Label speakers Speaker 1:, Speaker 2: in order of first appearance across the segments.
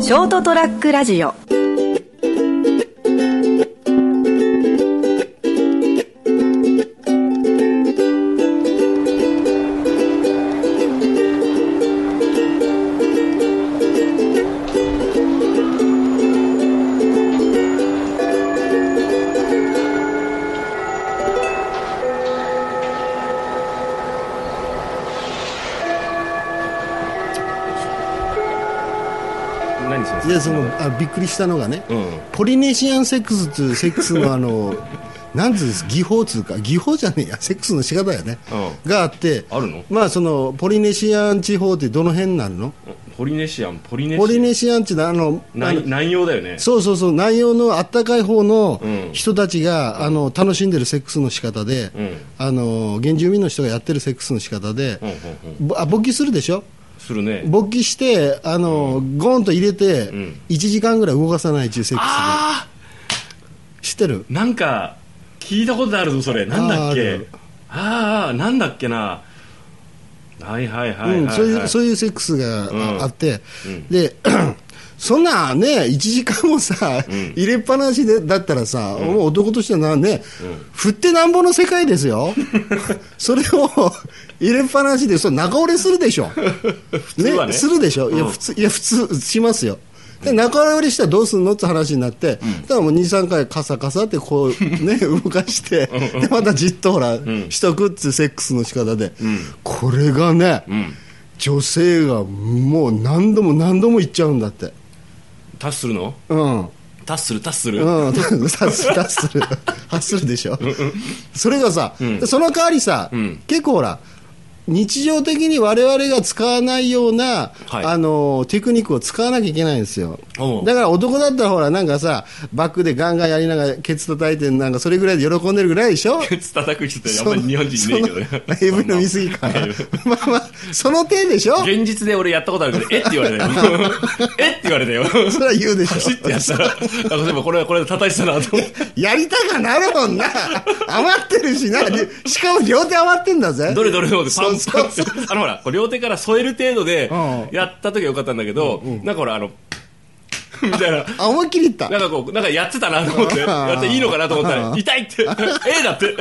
Speaker 1: ショートトラックラジオ
Speaker 2: 何それ
Speaker 3: でそのあびっくりしたのがね、
Speaker 2: うん
Speaker 3: ポリネシアンセックスっていうセックスのあ のなんつうんです技法つうか技法じゃねえやセックスの仕方やね、
Speaker 2: う
Speaker 3: があって
Speaker 2: あるの
Speaker 3: まあそのポリネシアン地方ってどの辺になるの
Speaker 2: ポリネシアンポリネシアン
Speaker 3: ポリネシアン地のあのあ
Speaker 2: 南
Speaker 3: の
Speaker 2: 南洋だよね
Speaker 3: そうそうそう内容のあったかい方の
Speaker 2: うん
Speaker 3: 人たちが、あの楽しんでるセックスの仕方で、
Speaker 2: うん
Speaker 3: あの原住民の人がやってるセックスの仕方で、
Speaker 2: うんうんうん
Speaker 3: ぼあ勃起するでしょ
Speaker 2: するね
Speaker 3: 勃起してあの、ゴーンと入れて、
Speaker 2: ん
Speaker 3: 1時間ぐらい動かさないっていうセックスで
Speaker 2: あ
Speaker 3: 知ってる
Speaker 2: あなんか聞いたことあるぞそれなんだっ
Speaker 3: あーあ
Speaker 2: け
Speaker 3: る
Speaker 2: あーあーなんだっけなはいはいはいはい、はい
Speaker 3: うん、そういうそういうセックス
Speaker 2: う
Speaker 3: が
Speaker 2: ん
Speaker 3: ああって、で そんなね1時間もさ、入れっぱなしでだったらさ、もう男としてはなね、振ってなんぼの世界で すよそれを入れっぱなしでそれ中折れするでし ょ
Speaker 2: 通はね
Speaker 3: するでしょ、いや普通いや普通しますよで中折れしたらどうすんのって話になって、だからもう23回カサカサって こうね動かしてでまたじっとほら、しとくっていうセックスの仕方で、これがね、
Speaker 2: ん
Speaker 3: 女性がもう何度も何度も行っちゃうんだって
Speaker 2: タッスルの
Speaker 3: うん
Speaker 2: タッスルタッスル、
Speaker 3: うん、達する、発するでしょ、それがさ、その代わりさ、
Speaker 2: ん
Speaker 3: 結構ほら、日常的に我々が使わないような、
Speaker 2: はい
Speaker 3: あのテクニックを使わなきゃいけないんですよ
Speaker 2: おう、
Speaker 3: だから男だったら、ほら、なんかさ、バックでガンガンやりながら、ケツ叩いて、なんかそれぐらいで喜んでるぐらいでしょ。
Speaker 2: ケツ叩く人ってあんまり日本人いねえけどね
Speaker 3: その AV の見過ぎかなまあまあその点でしょ
Speaker 2: 現実で俺やったことあ るけど、えって言われたよ。 えって言われたよ。
Speaker 3: それは言うでしょ
Speaker 2: パシッてやったら、あ、でもこれはこれで叩いてたなと思って。
Speaker 3: やりたかなるもんな余ってるしなりしかも両手余ってんだぜ
Speaker 2: どれどれどれパン
Speaker 3: そう
Speaker 2: パン
Speaker 3: そう そう
Speaker 2: あのほら、こう両手から添える程度で
Speaker 3: うん、
Speaker 2: やった時はよかったんだけど、なんかほら、あの、 みたいな。
Speaker 3: あ思いっきりいった
Speaker 2: なんかこう、なんかやってたなと思 って、やっていいのかなと思ったら、痛いって、えだって。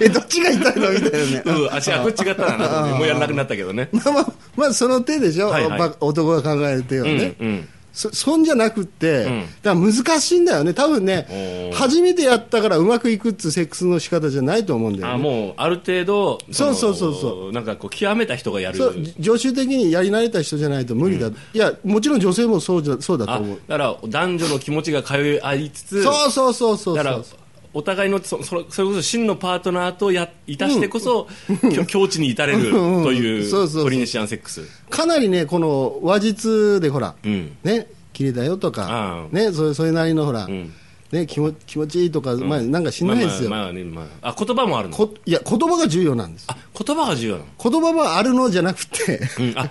Speaker 3: えどっちが痛いのみたい なね
Speaker 2: うん、足がこっち違ったなと思って、もうやらなくなったけどね。
Speaker 3: まあまあまあその手でしょ、
Speaker 2: はいはい
Speaker 3: ば男が考える手は
Speaker 2: うん
Speaker 3: ね、
Speaker 2: うん。
Speaker 3: そそんじゃなくって、
Speaker 2: ん
Speaker 3: だから難しいんだよね多分ね
Speaker 2: おー
Speaker 3: 初めてやったからうまくいくっつうセックスの仕方じゃないと思うんだ
Speaker 2: あ
Speaker 3: よね
Speaker 2: もう、ある程度、の
Speaker 3: そうそうそうそ
Speaker 2: なんかこう、極めた人がやる。
Speaker 3: そう常習的にやり慣れた人じゃないと無理だ、いやもちろん女性もそうじゃそうだと
Speaker 2: あ
Speaker 3: 思う
Speaker 2: だから男女の気持ちが通い合いつつ
Speaker 3: そうそうそうそう
Speaker 2: だ
Speaker 3: そ
Speaker 2: から
Speaker 3: う
Speaker 2: お互いのそそれそれこそ真のパートナーとやいたしてこそ、きょ境地に至れるとい
Speaker 3: うん
Speaker 2: う
Speaker 3: そうそうそう
Speaker 2: ポリネシアンセックス
Speaker 3: かなりねこの話術でほら、
Speaker 2: うん
Speaker 3: ね綺麗だよとか
Speaker 2: あ、ー
Speaker 3: ね、それそれなりのほら、
Speaker 2: ん
Speaker 3: ね、気も気持ちいいとか、まあ、なんかしんないですよ、
Speaker 2: まあまあまあねまあ、あ言葉もあるの
Speaker 3: こいや言葉が重要なんです
Speaker 2: あ言葉が重要なの、
Speaker 3: 言葉はあるのじゃなくて
Speaker 2: うん、あ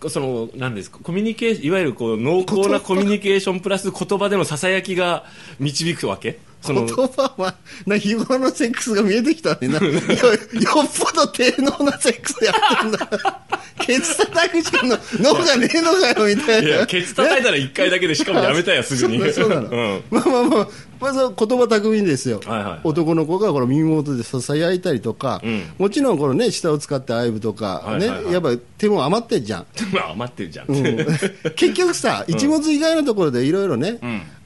Speaker 2: こそのなんですかコミュニケーションいわゆるこう濃厚なコミュニケーションプラス言葉でのささやきが導くわけ そ
Speaker 3: 言
Speaker 2: の
Speaker 3: 葉はな日頃のセックスが見えてきた ねなよよっぽど低能なセックスやって んだケツ叩くしかの脳がねえのかよみたい
Speaker 2: い
Speaker 3: な
Speaker 2: やケツ叩いたら1回だけでしかもやめたやすぐに
Speaker 3: そうなの、
Speaker 2: うん
Speaker 3: まあまあまあ、まずは言葉巧みですよ、
Speaker 2: はいはい
Speaker 3: 男の子がこの耳元でささやいたりとか、
Speaker 2: ん
Speaker 3: もちろんこの、ね、舌を使ってあいぶとか、
Speaker 2: はいはいはい
Speaker 3: ね、やっぱ手も余ってんじゃん、
Speaker 2: まあ余ってるじゃん、
Speaker 3: うん 結局さ、一物以外のところでいろいろね、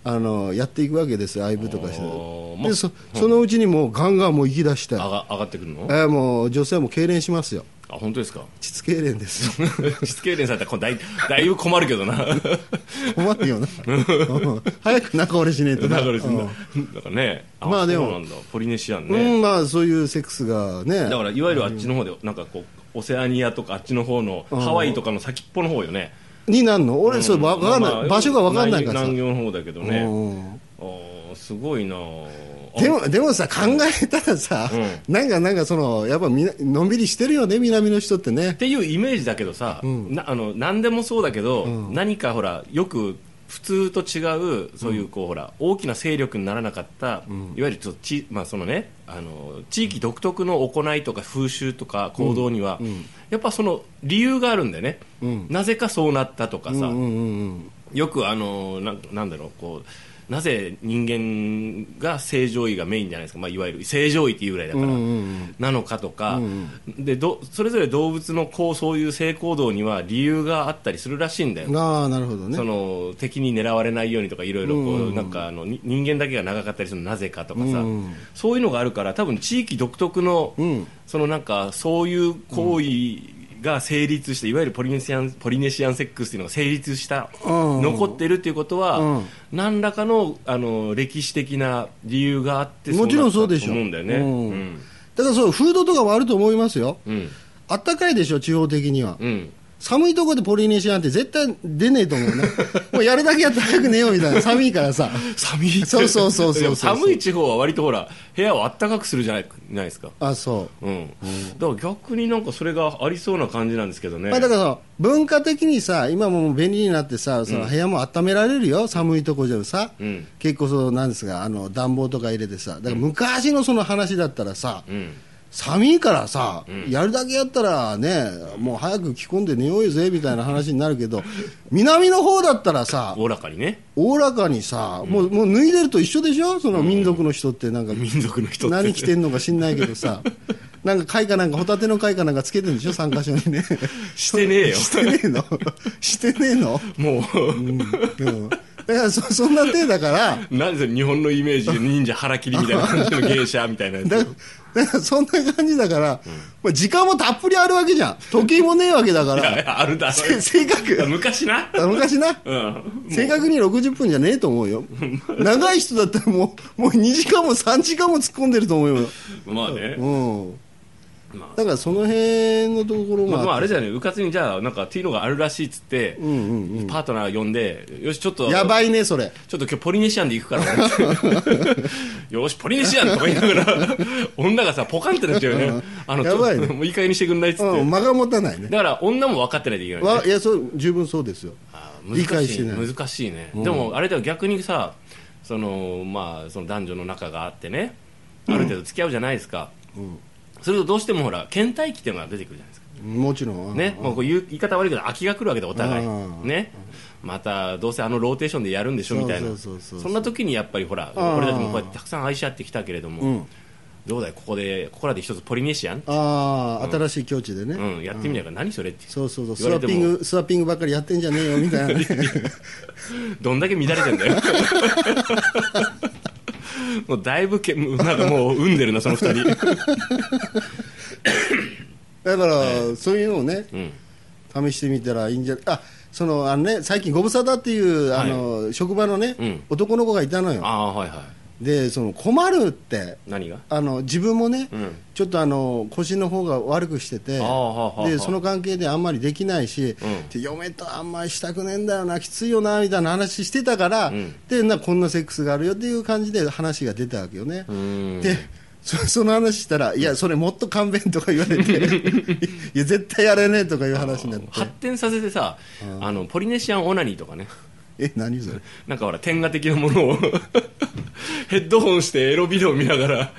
Speaker 3: あの、やっていくわけですよ、あいぶとかして
Speaker 2: おー
Speaker 3: でそ、そのうちにもうガンガンもう行き出して、
Speaker 2: 上が上がってくるの
Speaker 3: えーもう女性はもう痙攣しますよ、
Speaker 2: あ本当ですか
Speaker 3: 膣痙攣 ですよ。
Speaker 2: 実経連されたらこうだいだいぶ困るけどな
Speaker 3: 困るよな、うん早く仲折れしねえとな
Speaker 2: 流れすんだ
Speaker 3: うん
Speaker 2: だからね
Speaker 3: まあでも
Speaker 2: そうなんだポリネシアン
Speaker 3: う
Speaker 2: ね、
Speaker 3: んまあそういうセックスがね
Speaker 2: だからいわゆるあっちの方でなんかこうオセアニアとかあっちの方の
Speaker 3: うん
Speaker 2: ハワイとかの先っぽの方よね
Speaker 3: になんの俺それわかんない、
Speaker 2: まあまあ
Speaker 3: 場所がわかんないからさ、
Speaker 2: 南南洋の方だけどね
Speaker 3: うん
Speaker 2: あーすごいなあ
Speaker 3: でもでもさ考えたらさ、
Speaker 2: う
Speaker 3: なんかなんかそのやっぱみなのんびりしてるよね南の人ってね
Speaker 2: っていうイメージだけどさ、なあの何でもそうだけど、何かほらよく普通と違うそういうこう、ほら大きな勢力にならなかった、いわゆるちょっとち、まあそのね、あの地域独特の行いとか風習とか行動には、やっぱその理由があるんだよね、なぜかそうなったとかさ、
Speaker 3: うんうん
Speaker 2: よくあのななんだろうこうなぜ人間が正常位がメインじゃないですか、まあ、いわゆる正常位っていうぐらいだから、なのかとか、でどそれぞれ動物のこうそういう性行動には理由があったりするらしいんだよ、
Speaker 3: ああなるほどね
Speaker 2: その敵に狙われないようにとかいろいろこうなんかあのに人間だけが長かったりするのなぜかとかさ、そういうのがあるから多分地域独特の、そのなんかそういう行為が成立していわゆるポリネシアンポリネシアンセックスっていうのが成立した、
Speaker 3: うん
Speaker 2: 残ってるっていうことは、
Speaker 3: うん
Speaker 2: 何らかのあの歴史的な理由があって
Speaker 3: もちろんそうでしょ
Speaker 2: なったと思うんだよね。
Speaker 3: うん
Speaker 2: うん
Speaker 3: だからそうフードとかもあると思いますよ、
Speaker 2: うん
Speaker 3: あったかいでしょ地方的には、
Speaker 2: うん
Speaker 3: 寒いとこでポリネシアンって絶対出ねえ と思うねもうやるだけやって早く寝ようみたいな寒いからさ
Speaker 2: 寒い
Speaker 3: そうそうそうそうそう
Speaker 2: でも寒い地方は割とほら部屋を暖かくするじゃないないですか、
Speaker 3: あそう
Speaker 2: うん、だから逆になんかそれがありそうな感じなんですけどね、
Speaker 3: まあ、だからその文化的にさ今もう便利になってさその部屋も温められるよ、寒いとこじゃさ、
Speaker 2: うん
Speaker 3: 結構そうなんですがあの暖房とか入れてさだから昔のその話だったらさ、
Speaker 2: うん、
Speaker 3: 寒いからさ、やるだけやったらねもう早く着込んで寝ようよぜみたいな話になるけど 南の方だったらさ
Speaker 2: おおらかにね
Speaker 3: おおらかにさ、もうもう脱いでると一緒でしょその民族の人ってなんか、
Speaker 2: 民族の人って
Speaker 3: 何着てんのか知んないけど さなんか貝かなんかホタテの貝かなんかつけてるんでしょ3箇所にね
Speaker 2: してねえよ
Speaker 3: してね えのしてねえの、
Speaker 2: もう
Speaker 3: うん、だからそそんな手だから
Speaker 2: なんで日本のイメージで忍者腹切りみたいな感じの芸者みたいなや
Speaker 3: だ
Speaker 2: つ
Speaker 3: だからそんな感じだから、まあ、時間もたっぷりあるわけじゃん時計もねえわけだか
Speaker 2: いや
Speaker 3: ら
Speaker 2: いやあるだろ
Speaker 3: せ正確
Speaker 2: 昔な
Speaker 3: あ昔な
Speaker 2: うん
Speaker 3: 正確に60分じゃねえと思うよ長い人だったらもうもう2時間も3時間も突っ込んでると思うよ、
Speaker 2: まあね
Speaker 3: うん
Speaker 2: まあ
Speaker 3: だからその辺のところ
Speaker 2: まあ、まあ
Speaker 3: が
Speaker 2: あれじゃねうかつにじゃあなんかっていうのがあるらしいっつって、
Speaker 3: うんうんうん
Speaker 2: パートナー呼んでよしちょっと
Speaker 3: やばいねそれ
Speaker 2: ちょっと今日ポリネシアンで行くから 俺よしポリネシアンとか言いながら女がさポカンってなっちゃうよねあの
Speaker 3: やばい
Speaker 2: ちょっ
Speaker 3: ね
Speaker 2: ともういい加減にしてくんないっつって、
Speaker 3: うん間が持たないね
Speaker 2: だから女も分かってないといけないね
Speaker 3: わいやそう十分そうですよ
Speaker 2: あー
Speaker 3: 理解してない
Speaker 2: 難しいね、でもあれでは逆にさその、まあ、その男女の仲があってねある程度付き合うじゃないですか、それとどうしてもほら倦怠期っていうのが出てくるじゃないですか
Speaker 3: もちろん
Speaker 2: ね、まあ、こう言う言い方悪いけど空きが来るわけでお互い
Speaker 3: うん
Speaker 2: ねまたどうせあのローテーションでやるんでしょみたいな
Speaker 3: そうそうそうそうそうん
Speaker 2: な時にやっぱりほら
Speaker 3: うん
Speaker 2: 俺たちもこうやってたくさん愛し合ってきたけれども、
Speaker 3: ん
Speaker 2: どうだいここでここらで一つポリネシアン、
Speaker 3: ああ新しい境地でね、
Speaker 2: うん、やってみないから何それって
Speaker 3: そうそうそうス
Speaker 2: 言わ
Speaker 3: ワ
Speaker 2: れて
Speaker 3: ッ
Speaker 2: も
Speaker 3: ピングスワッピングばっかりやってんじゃねえよみたいなね
Speaker 2: どんだけ乱れてんだよ もうだいぶけなんかもう産んでるなその二人、
Speaker 3: だからそういうのをね
Speaker 2: うん、
Speaker 3: 試してみたらいいんじゃあそのあのね最近ご無沙汰っていうあの、職場のね、
Speaker 2: うん
Speaker 3: 男の子がいたのよ
Speaker 2: ああはいはい
Speaker 3: でその困るって
Speaker 2: 何が
Speaker 3: あの自分もね、
Speaker 2: うん
Speaker 3: ちょっとあの腰の方が悪くしてて
Speaker 2: あーはーはー
Speaker 3: でその関係であんまりできないし、
Speaker 2: ん
Speaker 3: で嫁とあんまりしたくねえんだよなきついよなみたいな話してたから、
Speaker 2: ん
Speaker 3: でなこんなセックスがあるよっていう感じで話が出たわけよね。
Speaker 2: うん
Speaker 3: でそその話したら、いや、それもっと勘弁とか言われて、 いや、絶対やれねえとかいう話になって、
Speaker 2: 発展させてさあのポリネシアンオナニーとかね
Speaker 3: え、何それ、
Speaker 2: なんかほら天下的なものを ヘッドホンしてエロビデオ見ながら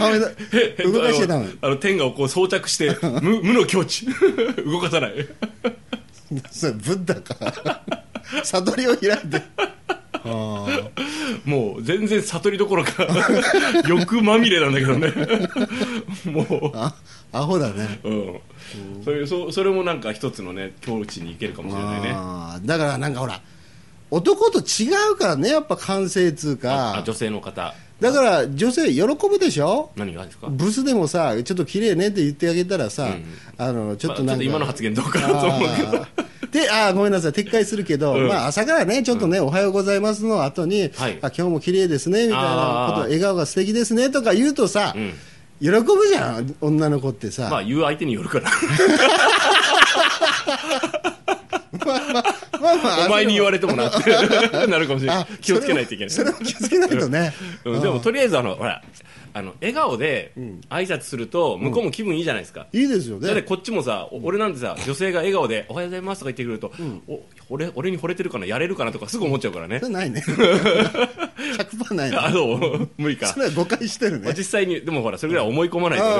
Speaker 3: あめだ
Speaker 2: へ へ
Speaker 3: 動かしてた
Speaker 2: あ
Speaker 3: の
Speaker 2: の、あの天下をこう装着して無無の境地 動かさない
Speaker 3: それ、ブッダか、悟りを開 いて、あー
Speaker 2: もう全然悟りどころか 欲まみれなんだけどね もう
Speaker 3: あアホだね。
Speaker 2: うん、それそそれもなんか一つのね境地に行けるかもしれないねあ
Speaker 3: あーだからなんかほら男と違うからねやっぱ感性つうか
Speaker 2: 女性の方
Speaker 3: だから女性喜ぶでしょ
Speaker 2: 何がですか、
Speaker 3: ブスでもさちょっと綺麗ねって言ってあげたらさ、あのちょっと
Speaker 2: まあ
Speaker 3: な
Speaker 2: ちょっと
Speaker 3: んか、
Speaker 2: 今の発言どうかなと思うけど
Speaker 3: あーであーごめんなさい撤回するけど、
Speaker 2: ん
Speaker 3: まあ、朝からねちょっとね、おはようございます」の後に、
Speaker 2: はい
Speaker 3: あ「今日も綺麗ですね」みたいなこと
Speaker 2: あー
Speaker 3: 笑顔が素敵ですね」とか言うとさ、
Speaker 2: ん
Speaker 3: 喜ぶじゃん女の子ってさ、
Speaker 2: まあ言う相手によるから
Speaker 3: まあまあまあまあ
Speaker 2: お前に言われてもなって なるかもしれな
Speaker 3: あ
Speaker 2: い気をつけないといけない
Speaker 3: それもそれも気をつけないとね、
Speaker 2: うん、でもとりあえずあのほらあの笑顔で挨拶すると向こうも気分いいじゃないですか、
Speaker 3: いいですよ
Speaker 2: だって
Speaker 3: ね。
Speaker 2: こっちもさ、お俺なんてさ、女性が笑顔で、おはようございますとか言ってくると、お俺俺に惚れてるかな、やれるかなとかすぐ思っちゃうからね
Speaker 3: そ。れな いね。100%ないね。
Speaker 2: あ、そう、無理か
Speaker 3: そ。れは誤解してるね。
Speaker 2: 実際に、でもほら、それぐらい思い込まないとね。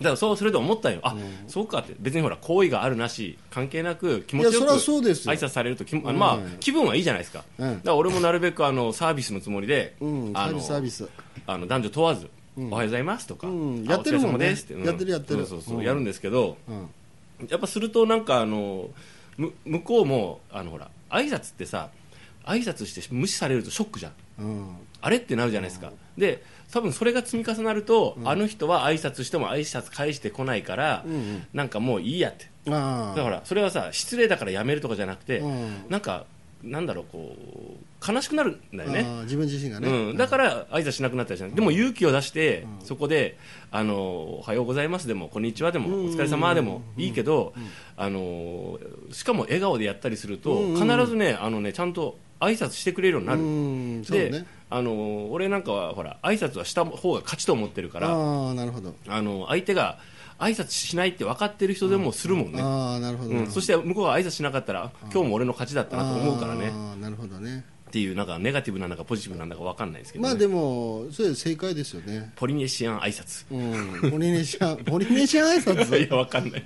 Speaker 3: あ
Speaker 2: だからそうそれで思ったんよあ、そうかって別にほら好意があるなし関係なく気持ち
Speaker 3: いや
Speaker 2: よ
Speaker 3: そ
Speaker 2: く
Speaker 3: りゃそうですよ
Speaker 2: 挨拶されるとき、あのまあ、気分はいいじゃないですか、
Speaker 3: うん
Speaker 2: だから俺もなるべくあのサービスのつもりで、
Speaker 3: うん
Speaker 2: あの
Speaker 3: サービスサービス
Speaker 2: あの男女問わず、おはようございますとか、
Speaker 3: うん
Speaker 2: あ
Speaker 3: やってるも
Speaker 2: お
Speaker 3: んね
Speaker 2: 疲れ様ですって、うん
Speaker 3: やってるやってる
Speaker 2: そうそうそう
Speaker 3: うん
Speaker 2: やるんですけど、
Speaker 3: ん
Speaker 2: やっぱするとなんかあのむ向こうもあのほら挨拶ってさ挨拶して無視されるとショックじゃん
Speaker 3: うん
Speaker 2: あれってなるじゃないですか、で多分それが積み重なると、あの人は挨拶しても挨拶返してこないから、なんかもういいやって
Speaker 3: あ
Speaker 2: だ
Speaker 3: あ
Speaker 2: からそれはさ失礼だからやめるとかじゃなくて、
Speaker 3: うん
Speaker 2: なんかなんだろうこう悲しくなるんだよね
Speaker 3: ああ自分自身がね、
Speaker 2: うん、だから挨拶しなくなったじゃん、でも勇気を出して、そこであのおはようございますでも、こんにちはでも、お疲れ様でもいいけど、あのしかも笑顔でやったりすると、必ずねあのね、ちゃんと挨拶してくれるようになる、
Speaker 3: うんそう
Speaker 2: で、
Speaker 3: ね
Speaker 2: あの俺なんかはほら挨拶はした方が勝ちと思ってるから、あ
Speaker 3: ああなるほど
Speaker 2: の相手が挨拶しないって分かってる人でもするもんね、
Speaker 3: ああなるほど、
Speaker 2: うんそして向こうが挨拶しなかったら、今日も俺の勝ちだったなと思うからね。
Speaker 3: ああなるほどね
Speaker 2: っていうなんかネガティブなのかポジティブなのか分かんないですけど、ね
Speaker 3: まあでもそれ正解ですよね
Speaker 2: ポリネシアン挨拶
Speaker 3: うん、ポリネシア ン、ポリネシアン挨拶
Speaker 2: いや、わかんない。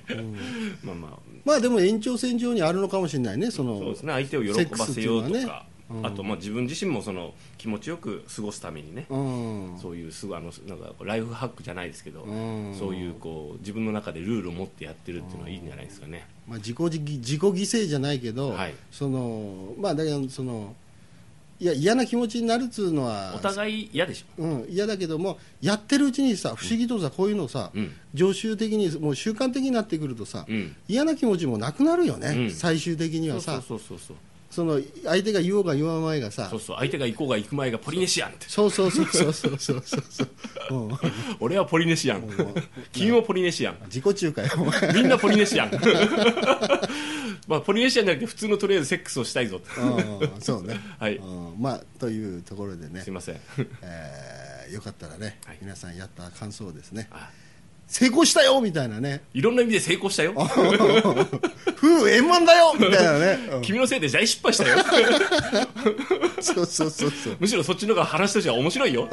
Speaker 2: まあま
Speaker 3: まあでも延長線上にあるのかもしれないね、そ
Speaker 2: あ、
Speaker 3: の。
Speaker 2: そうですね、相手を喜ばせよう
Speaker 3: セックスっていう
Speaker 2: と
Speaker 3: のは
Speaker 2: か、あと、まあ、自分自身もその気持ちよく過ごすためにね。
Speaker 3: うん。
Speaker 2: そういうすごいあのなんかライフハックじゃないですけど、
Speaker 3: ん
Speaker 2: そういうこう自分の中でルールを持ってやってるっていうのはいいんじゃないですかね。
Speaker 3: まあ自己自己自己犠牲じゃないけど、
Speaker 2: はい
Speaker 3: その、まあだけど、その、いや、嫌な気持ちになるっつうのは、
Speaker 2: お互い嫌でし
Speaker 3: うん、嫌だけども、やってるうちにさ、不思議とさ、こういうのさ、
Speaker 2: うん
Speaker 3: 常習的に、もう習慣的になってくるとさ、
Speaker 2: うん
Speaker 3: 嫌な気持ちもなくなるよね、
Speaker 2: うん
Speaker 3: 最終的に
Speaker 2: ょ。
Speaker 3: は
Speaker 2: そ
Speaker 3: さ
Speaker 2: う、そうそうそう。
Speaker 3: その、相手が言おうが言わないがさ
Speaker 2: そう、そう相手が行こうが行く前がポリネシアンって。
Speaker 3: そうそうそうそうそうそうそう、うん、
Speaker 2: 俺はポリネシアン。君もポリネシアン。
Speaker 3: 自己中かよ、お 前。
Speaker 2: みんなポリネシアン。まあポリネシアンじゃなくて普通のとりあえずセックスをしたいぞ。
Speaker 3: うんそうね、
Speaker 2: はい
Speaker 3: うんまあ、というところでね
Speaker 2: すい、ません。
Speaker 3: えーよかったらね、
Speaker 2: はい
Speaker 3: 皆さんやった感想をですね
Speaker 2: あ
Speaker 3: 成功したよみたいなね
Speaker 2: いろんな意味で成功したよ。
Speaker 3: 夫婦円満だよみたいな ね、うん
Speaker 2: 君のせいで大失敗した よ
Speaker 3: そうそうそうそう
Speaker 2: むしろそっちの方が話としては面白い よ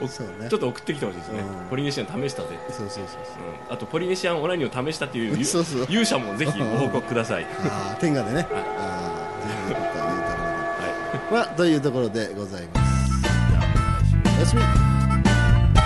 Speaker 2: お
Speaker 3: そうね
Speaker 2: ちょっと送ってきてほしいですね、ポリネシアン試したぜ、
Speaker 3: そうそうそうそう
Speaker 2: うん、あとポリネシアンオナニーを試したっていうゆ
Speaker 3: そうそう
Speaker 2: 勇者もぜひご報告ください、
Speaker 3: あー天下でねあーぜひよかったらいいところで
Speaker 2: はい、
Speaker 3: まあというところでございます
Speaker 2: じゃあお願いします
Speaker 3: おやすみ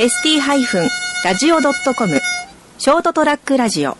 Speaker 1: ST-radio.com ショートトラックラジオ